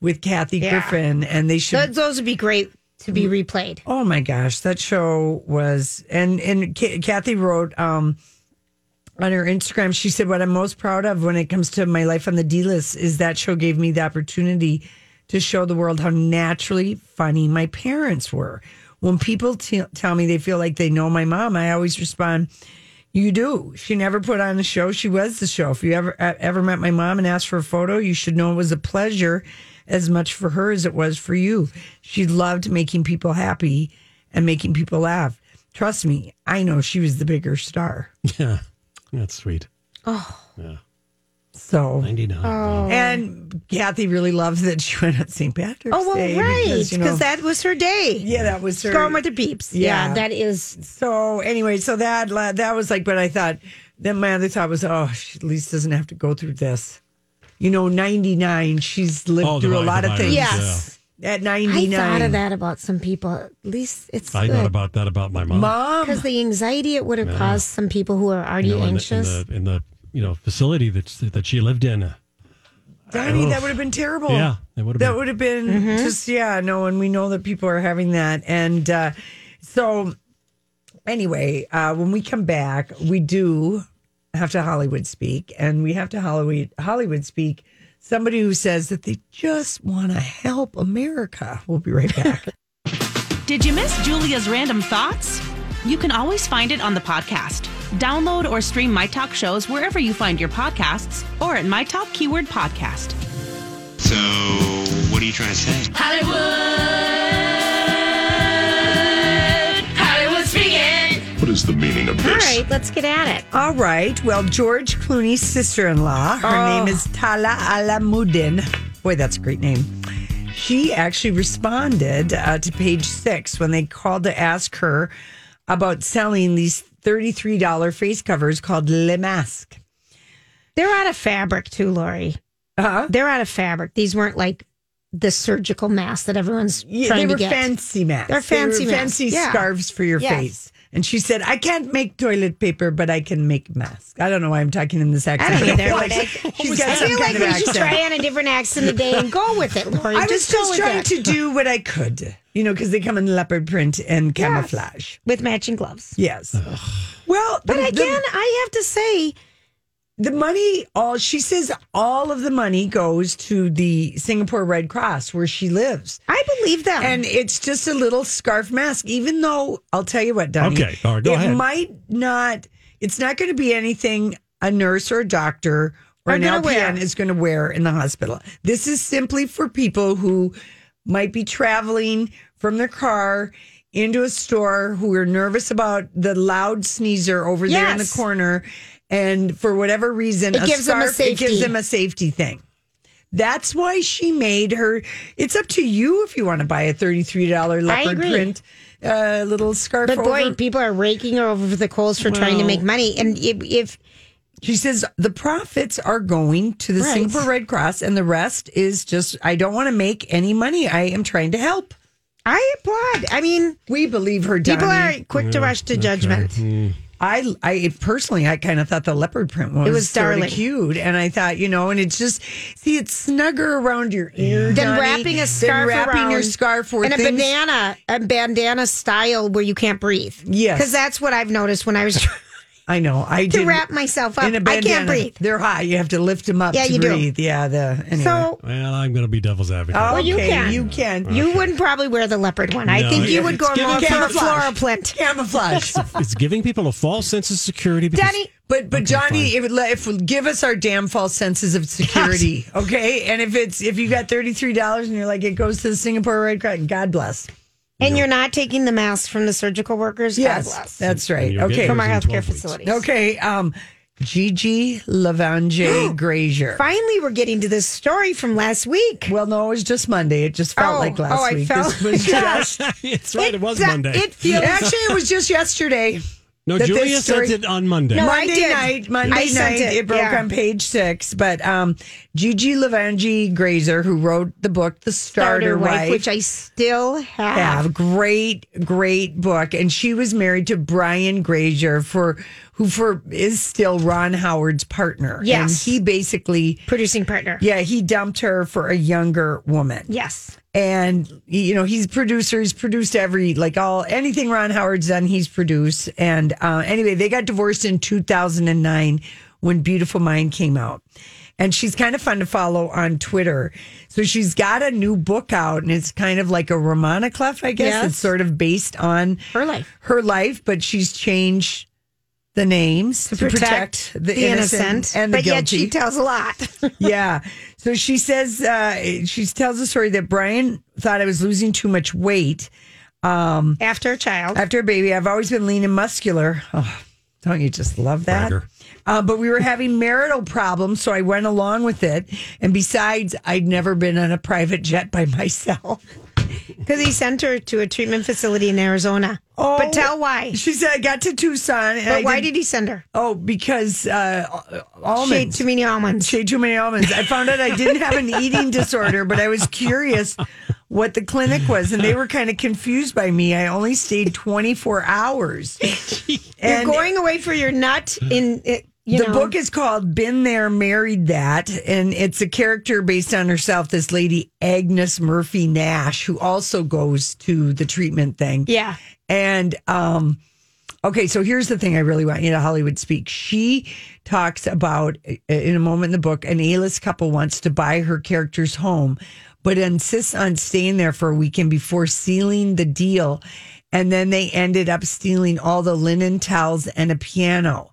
S2: with Kathy
S3: Yeah.
S2: Griffin, and they should.
S3: Those, those would be great to be replayed.
S2: oh my gosh, that show was and and K- Kathy wrote um, on her Instagram. She said, "What I'm most proud of when it comes to my life on the D list is that show gave me the opportunity to show the world how naturally funny my parents were." When people t- tell me they feel like they know my mom, I always respond, "You do. She never put on a show. She was the show. If you ever e- ever met my mom and asked for a photo, you should know it was a pleasure as much for her as it was for you. She loved making people happy and making people laugh. Trust me, I know she was the bigger star."
S1: Yeah, that's sweet.
S3: Oh,
S1: Yeah,
S2: So
S1: ninety nine.
S2: And Kathy really loves that she went on St. Patrick's
S3: Oh, well,
S2: Day
S3: right. Because
S2: you know-
S3: that was her day.
S2: Yeah, that was her-
S3: Going with the peeps. Yeah,
S2: Yeah.
S3: that is.
S2: so anyway, so that la- that was like what I thought. Then my other thought was, oh, she at least doesn't have to go through this. You know, ninety nine. She's lived
S1: Oh, the
S2: through a
S1: vi-
S2: lot
S1: the
S2: of
S1: virus,
S2: things.
S3: Yes.
S2: At
S3: I
S2: ninety
S3: thought of
S2: nine,
S3: that about some people. At least it's
S1: I thought
S3: good.
S1: about that about my mom.
S2: mom.
S3: Because the anxiety it would have
S1: Yeah.
S3: caused some people who are already
S1: you know, in, the, in,
S3: anxious.
S1: the, in the you know facility that that she lived in.
S2: Donnie,
S1: Oof.
S2: that would have been terrible.
S1: Yeah, that would have
S2: That
S1: been-
S2: would have been just yeah. No, and we know that people are having that, and uh, so anyway, uh, when we come back, we do have to Hollywood speak, and we have to Hollywood Hollywood speak. Somebody who says that they just want to help America. We'll be right back.
S4: Did you miss Julia's random thoughts? You can always find it on the podcast. Download or stream My Talk shows wherever you find your podcasts or at My Talk Keyword Podcast.
S10: So, what are you trying to say?
S4: Hollywood! Hollywood speaking!
S10: What is the meaning of
S2: this?
S3: All right, let's get at it.
S2: All right. Well, George Clooney's sister in law, her
S3: Oh.
S2: name is Tala Alamuddin. Boy, that's a great name. She actually responded uh, to page six when they called to ask her about selling these $33 face covers called Le Masque.
S3: They're out of fabric too, Lori.
S2: Uh-huh.
S3: They're out of fabric. These weren't like the surgical mask that everyone's
S2: Yeah,
S3: trying
S2: they
S3: to
S2: were
S3: get.
S2: fancy masks.
S3: They're
S2: They were
S3: fancy masks.
S2: fancy
S3: Yeah.
S2: scarves for your
S3: Yes.
S2: face. And she said, "I can't make toilet paper, but I can make masks." I don't know why I'm talking in this accent.
S3: I don't
S2: but
S3: either.
S2: feel
S3: Like,
S2: she's got
S3: I
S2: some
S3: feel
S2: kind
S3: like
S2: of
S3: we should
S2: accent.
S3: try on a different accent today and go with it, Lori.
S2: I was just,
S3: go with
S2: trying
S3: it.
S2: to do what I could, you know, because they come in leopard print and camouflage.
S3: with matching gloves.
S2: Yes. Well,
S3: But
S2: the-
S3: again,
S2: the-
S3: I have to say,
S2: the money all she says all of the money goes to the Singapore Red Cross where she lives.
S3: I believe them.
S2: And it's just a little scarf mask, even though I'll tell you what, Donnie.
S1: Okay, all right, go
S2: it
S1: ahead.
S2: might not it's not gonna be anything a nurse or a doctor or
S3: Are
S2: an
S3: gonna
S2: LPN
S3: wear.
S2: is gonna wear in the hospital. This is simply for people who might be traveling from their car into a store who are nervous about the loud sneezer over there in the
S3: Yes.
S2: corner and for whatever reason
S3: It gives them a
S2: it gives
S3: safety.
S2: them a safety thing that's why she made her it's up to you if you want to buy a $33 leopard
S3: agree.
S2: print uh, little scarf
S3: but boy,
S2: over.
S3: people are raking her over the coals for trying to
S2: Well.
S3: make money. And if, if
S2: she says the profits are going to the
S3: Right.
S2: singapore red cross and the rest is just i don't want to make any money i am trying to help
S3: I applaud, I mean,
S2: we believe her
S3: people
S2: Donnie.
S3: are quick to rush to judgment.
S2: I, I personally, I kind of thought the leopard print one
S3: It
S2: was,
S3: was
S2: sort of
S3: darling.
S2: cute, and I thought, you know, and it's just see, it's snugger around your ear
S3: Than
S2: Donnie,
S3: wrapping a
S2: than
S3: scarf
S2: wrapping
S3: around
S2: your scarf or
S3: and a
S2: things-
S3: banana, a bandana style where you can't breathe.
S2: Yes.
S3: because that's what I've noticed when I was trying
S2: I know, I
S3: to
S2: did
S3: wrap myself up.
S2: in a
S3: I
S2: bandana.
S3: can't breathe.
S2: They're high. You have to lift them up
S3: Yeah,
S2: to
S3: you do.
S2: breathe. Yeah, the anyway.
S3: So
S1: Well, I'm going to be devil's advocate.
S2: okay,
S3: well, you can.
S2: You can.
S3: you wouldn't probably wear the leopard one. I
S1: No,
S3: think you
S1: it's
S3: would go
S1: giving
S3: more for a
S2: camouflage.
S3: floral print.
S2: Camouflage.
S1: it's giving people a false sense of security. Because
S3: Danny,
S2: But but Johnny, if, if give us our damn false senses of security, okay? And if it's if you got thirty three dollars and you're like it goes to the Singapore Red Cross, God bless.
S3: and you're not taking the mask from the surgical workers.
S2: Yes,
S3: God bless.
S2: that's right.
S1: you'll get
S2: Okay,
S1: yours
S3: from our
S1: in
S3: healthcare
S1: 12 weeks.
S3: facilities.
S2: Okay. Um, Gigi Lavange Grazier.
S3: Finally, we're getting to this story from last week.
S2: Well, no, it was just Monday. It just felt
S3: Oh,
S2: like last
S3: oh, I
S2: week.
S3: felt-
S2: this was
S3: Yeah.
S2: just
S1: it's right. It, was
S2: that-
S1: Monday.
S2: It feels actually it was just yesterday.
S1: No,
S2: that this
S1: Julia
S2: story-
S1: sent it on Monday.
S3: No, I
S2: Monday
S3: did.
S2: night, Monday
S3: I
S2: night,
S3: sent
S2: it,
S3: it,
S2: broke
S3: yeah.
S2: on page six. But um, Gigi Lavangi Grazer, who wrote the book The Starter,
S3: Starter
S2: Wife,
S3: Wife, which I still have.
S2: have great, great book, and she was married to Brian Grazer for who for is still Ron Howard's partner.
S3: Yes.
S2: and he basically
S3: Producing partner.
S2: yeah he dumped her for a younger woman.
S3: Yes.
S2: and you know he's producer he's produced every like all anything ron howard's done he's produced and uh, anyway they got divorced in 2009 when beautiful mind came out and she's kind of fun to follow on twitter so she's got a new book out and it's kind of like a romana clef i guess
S3: Yes.
S2: it's sort of based on
S3: Her life.
S2: her life but she's changed the names to, protect, the, innocent, and the
S3: but
S2: guilty
S3: yet she tells a lot.
S2: yeah. So she says uh, she tells the story that Brian thought I was losing too much weight um,
S3: after a child.
S2: after a baby. I've always been lean and muscular. Oh, don't you just love that?
S1: Bragger.
S2: Uh, but we were having marital problems, so I went along with it. And besides, I'd never been on a private jet by myself.
S3: Because he sent her to a treatment facility in Arizona.
S2: Oh,
S3: but tell why.
S2: She said I got to Tucson. And
S3: But
S2: I
S3: why
S2: didn't-
S3: did he send her?
S2: Oh, because uh,
S3: She ate
S2: almonds.
S3: too many almonds.
S2: She ate too many almonds. I found out I didn't have an eating disorder, but I was curious what the clinic was, and they were kind of confused by me. I only stayed 24 hours.
S3: You're going away for your nut in it, you
S2: the
S3: know.
S2: book is called Been There, Married That, and it's a character based on herself, this lady, Agnes Murphy Nash, who also goes to the treatment thing.
S3: Yeah.
S2: And um okay, so here's the thing I really want you to Hollywood speak. She talks about uh, in a moment in the book an A-list couple wants to buy her character's home but insists on staying there for a weekend before sealing the deal. And then they ended up stealing all the linen towels and a piano.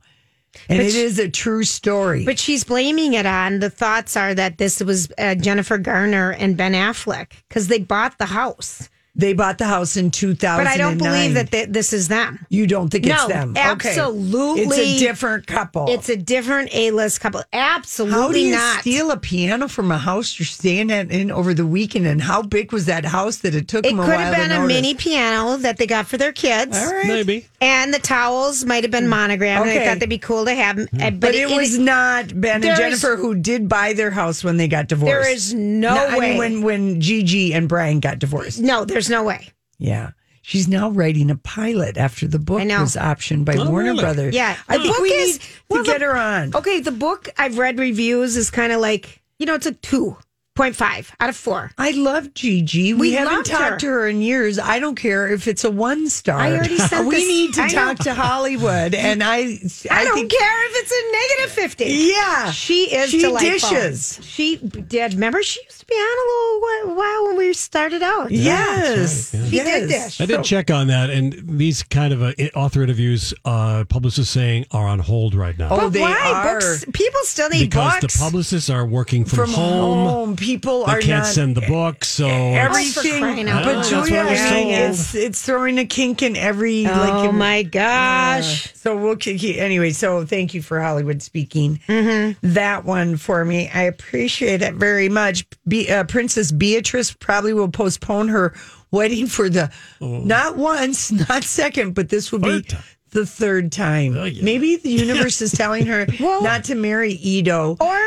S2: And
S3: But
S2: it
S3: she-
S2: is a true story.
S3: But she's blaming it on the thoughts are that this was uh, Jennifer Garner and Ben Affleck because they bought the house.
S2: they bought the house in 2009.
S3: But I don't believe that th- this is them.
S2: you don't think it's
S3: No,
S2: them.
S3: absolutely.
S2: Okay. It's a different couple.
S3: It's a different A list couple. Absolutely
S2: Oh. How do you
S3: not.
S2: steal a piano from a house you're staying at in over the weekend? And how big was that house that it took
S3: it
S2: them a
S3: could
S2: while
S3: have been
S2: to
S3: a
S2: notice?
S3: mini piano that they got for their kids.
S2: All right.
S1: Maybe.
S3: And the towels might have been monogrammed. And I
S2: Okay.
S3: thought they'd be cool to have. 'em, uh, But,
S2: But, it, was not Ben and
S3: There is-
S2: Jennifer who did buy their house when they got divorced.
S3: There is no
S2: I mean,
S3: way.
S2: when when Gigi and Brian got divorced.
S3: No, there's no way.
S2: Yeah. She's now writing a pilot after the book
S3: I know.
S2: was optioned by
S1: Oh,
S2: Warner
S1: really?
S2: Brothers.
S3: Yeah,
S2: I
S3: the
S2: think
S3: book
S2: we
S3: is-
S2: need
S3: well,
S2: to get
S3: the-
S2: her on.
S3: Okay, the book I've read reviews is kind of like, you know, it's a 2.5 out of 4.
S2: I love Gigi. We,
S3: We
S2: haven't
S3: loved
S2: talked
S3: her.
S2: to her in years. I don't care if it's a one star.
S3: I already sent
S2: We
S3: this-
S2: need to
S3: I know.
S2: talk to Hollywood, and I.
S3: I, don't
S2: think-
S3: care if it's a negative 50.
S2: Yeah.
S3: She is
S2: She
S3: delightful.
S2: dishes.
S3: She did. Remember, she used to be on a little wh- while when we started out.
S2: Yes,
S3: She did
S2: yes.
S3: dish.
S1: I did check on that, and these kind of uh, author interviews, uh, publicists saying, are on hold right now.
S2: Oh,
S3: But
S2: they
S3: why?
S2: are.
S3: Books, people still need
S1: because
S3: books.
S1: the publicists are working from,
S2: From home,
S1: home.
S2: people
S1: They
S2: are
S1: can't
S2: not
S1: send the book, so it's-
S3: for
S2: everything.
S3: crying out
S2: but
S3: loud.
S2: Julia,
S1: That's why
S2: I mean,
S1: we're so-
S2: it's it's throwing a kink in every. like,
S3: oh
S2: in-
S3: my gosh.
S2: So we'll kick you anyway. So thank you for Hollywood speaking Mm-hmm. that one for me. I appreciate it very much. Be, uh, Princess Beatrice probably will postpone her wedding for the not once, not second, but this will
S1: Oh.
S2: be
S1: Third time. Oh,
S2: the third time.
S1: yeah.
S2: Maybe the universe is telling her
S3: Well-
S2: not to marry Edo.
S3: Or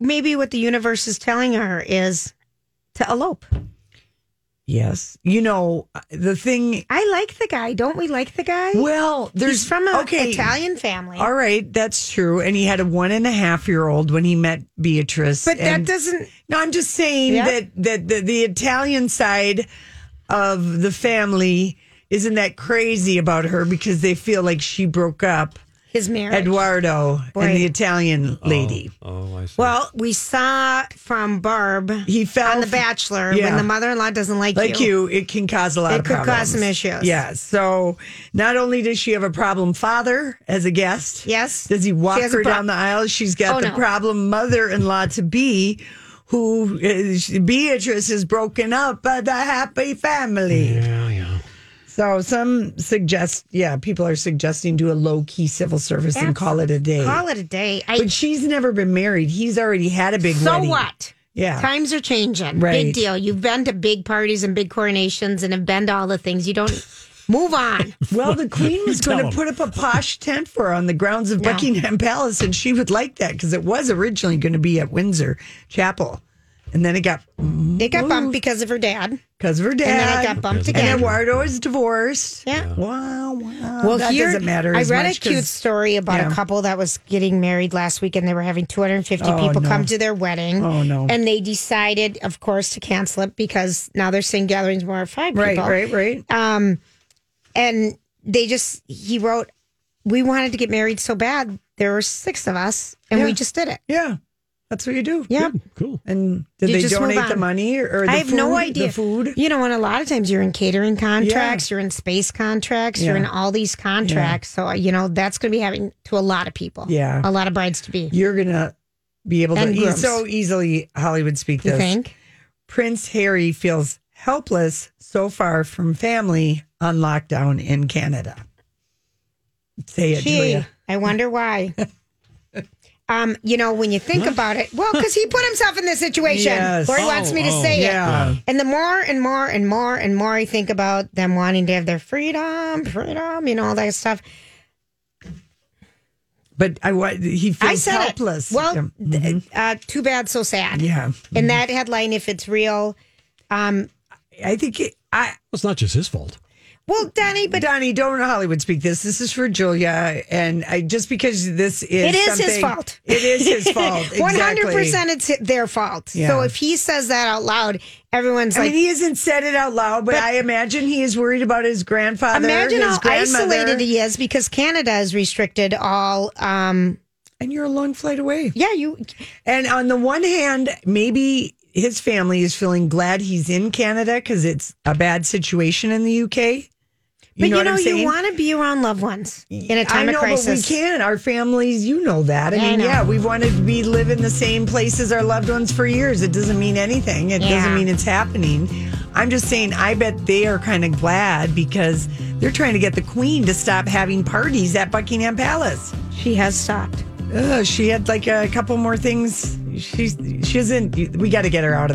S3: maybe what the universe is telling her is to elope.
S2: Yes, you know uh, the thing.
S3: I like the guy. Don't we like the guy?
S2: Well, there's
S3: He's from an
S2: okay.
S3: Italian family.
S2: All right, that's true. And he had a one and a half year old when he met Beatrice.
S3: But that
S2: and-
S3: doesn't.
S2: No, I'm just saying
S3: Yeah.
S2: that, that the, the Italian side of the family isn't that crazy about her because they feel like she broke up
S3: His marriage.
S2: Eduardo
S3: Right.
S2: and the Italian lady.
S1: Oh, I see.
S3: Well, we saw from Barb
S2: He fell
S3: on The
S2: f-
S3: Bachelor
S2: Yeah.
S3: when the mother-in-law doesn't like,
S2: Like you, it can cause a lot
S3: It
S2: of
S3: could
S2: problems.
S3: cause some issues.
S2: Yeah. So not only does she have a problem father as a guest.
S3: Yes.
S2: Does he walk
S3: She has a
S2: her
S3: pro-
S2: down the aisle? She's got
S3: Oh,
S2: the
S3: no.
S2: problem mother in law to be, who is Beatrice is broken up by the happy family.
S1: yeah, yeah.
S2: So some suggest, yeah, people are suggesting do a low key civil service and call it a day.
S3: Call it a day. I,
S2: but she's never been married. He's already had a big
S3: so
S2: wedding.
S3: what?
S2: Yeah.
S3: Times are changing.
S2: Right.
S3: Big deal. You've been to big parties and big coronations and have been to all the things. You don't move on.
S2: Well, the Queen was
S3: tell
S2: going to
S3: him.
S2: put up a posh tent for her on the grounds of
S3: Yeah.
S2: Buckingham Palace, and she would like that because it was originally going to be at Windsor Chapel, and then it got
S3: They got bumped because of her dad.
S2: because of her dad.
S3: then it got bumped
S2: and
S3: again.
S2: Eduardo is divorced.
S3: Yeah.
S2: Wow. Wow.
S3: Well,
S2: that
S3: here,
S2: doesn't matter.
S3: I
S2: as
S3: read
S2: much
S3: a cute
S2: 'cause-
S3: story about
S2: Yeah.
S3: a couple that was getting married last week, and they were having 250
S2: Oh,
S3: people
S2: no.
S3: come to their wedding.
S2: Oh, no.
S3: And they decided, of course, to cancel it because now they're seeing gatherings more of five
S2: Right,
S3: people.
S2: right, right.
S3: Um, and they just he wrote, "We wanted to get married so bad. There were six of us, and
S2: Yeah.
S3: we just did it."
S2: Yeah. That's what you do.
S3: Yeah.
S1: Cool.
S2: And did
S3: You
S2: they
S3: just move
S2: donate the
S3: on.
S2: money or, or the
S3: I have no
S2: food-
S3: idea.
S2: The food?
S3: You know, and a lot of times you're in catering contracts, you're in space contracts, you're
S2: Yeah.
S3: in all these contracts. So you know that's going to be happening to a lot of people.
S2: Yeah.
S3: a lot of brides to be.
S2: You're gonna be able
S3: And
S2: to e-
S3: grooms.
S2: so easily Hollywood speak
S3: You
S2: this.
S3: think?
S2: Prince Harry feels helpless so far from family on lockdown in Canada. Say it,
S3: Gee,
S2: Julia.
S3: I wonder why. um, you know, when you think about it, well, because he put himself in this situation.
S2: Yes.
S3: Lori wants
S2: Oh,
S3: me to
S2: oh,
S3: say
S2: yeah.
S3: it. And the more and more and more and more I think about them wanting to have their freedom, freedom, you know, all that stuff.
S2: But I wa- he feels
S3: I said it.
S2: helpless.
S3: Well,
S2: Yeah. Mhm.
S3: Uh, too bad, so sad.
S2: yeah. Mm-hmm.
S3: And that headline, if it's real, um,
S2: I think it, I
S1: it's not just his fault.
S3: well, Donnie, but
S2: Donnie, don't Hollywood speak this. This is for Julia, and I just because this is
S3: it is his
S2: something-
S3: fault.
S2: It is his fault.
S3: One hundred
S2: exactly.
S3: percent, it's their fault. So
S2: Yeah.
S3: if he says that out loud, everyone's
S2: I
S3: like,
S2: mean, he hasn't said it out loud, but,
S3: But-
S2: I imagine he is worried about his grandfather.
S3: Imagine
S2: his
S3: how
S2: grandmother.
S3: isolated he is because Canada has restricted all. Um,
S2: And you're a long flight away.
S3: yeah, you.
S2: And on the one hand, maybe his family is feeling glad he's in Canada because it's a bad situation in the UK. You
S3: But you know,
S2: what I'm
S3: you
S2: saying?
S3: want to be around loved ones in a time
S2: I know,
S3: of
S2: But we
S3: crisis.
S2: can. Our families, you know that. I
S3: Yeah, I
S2: mean,
S3: know.
S2: yeah, we wanted to be live in the same place as our loved ones for years. It doesn't mean anything. It doesn't
S3: Yeah.
S2: mean it's happening. I'm just saying, I bet they are kind of glad because they're trying to get the queen to stop having parties at Buckingham Palace.
S3: She has stopped.
S2: Ugh, she had like a couple more things. She's she isn't. We got to get her out of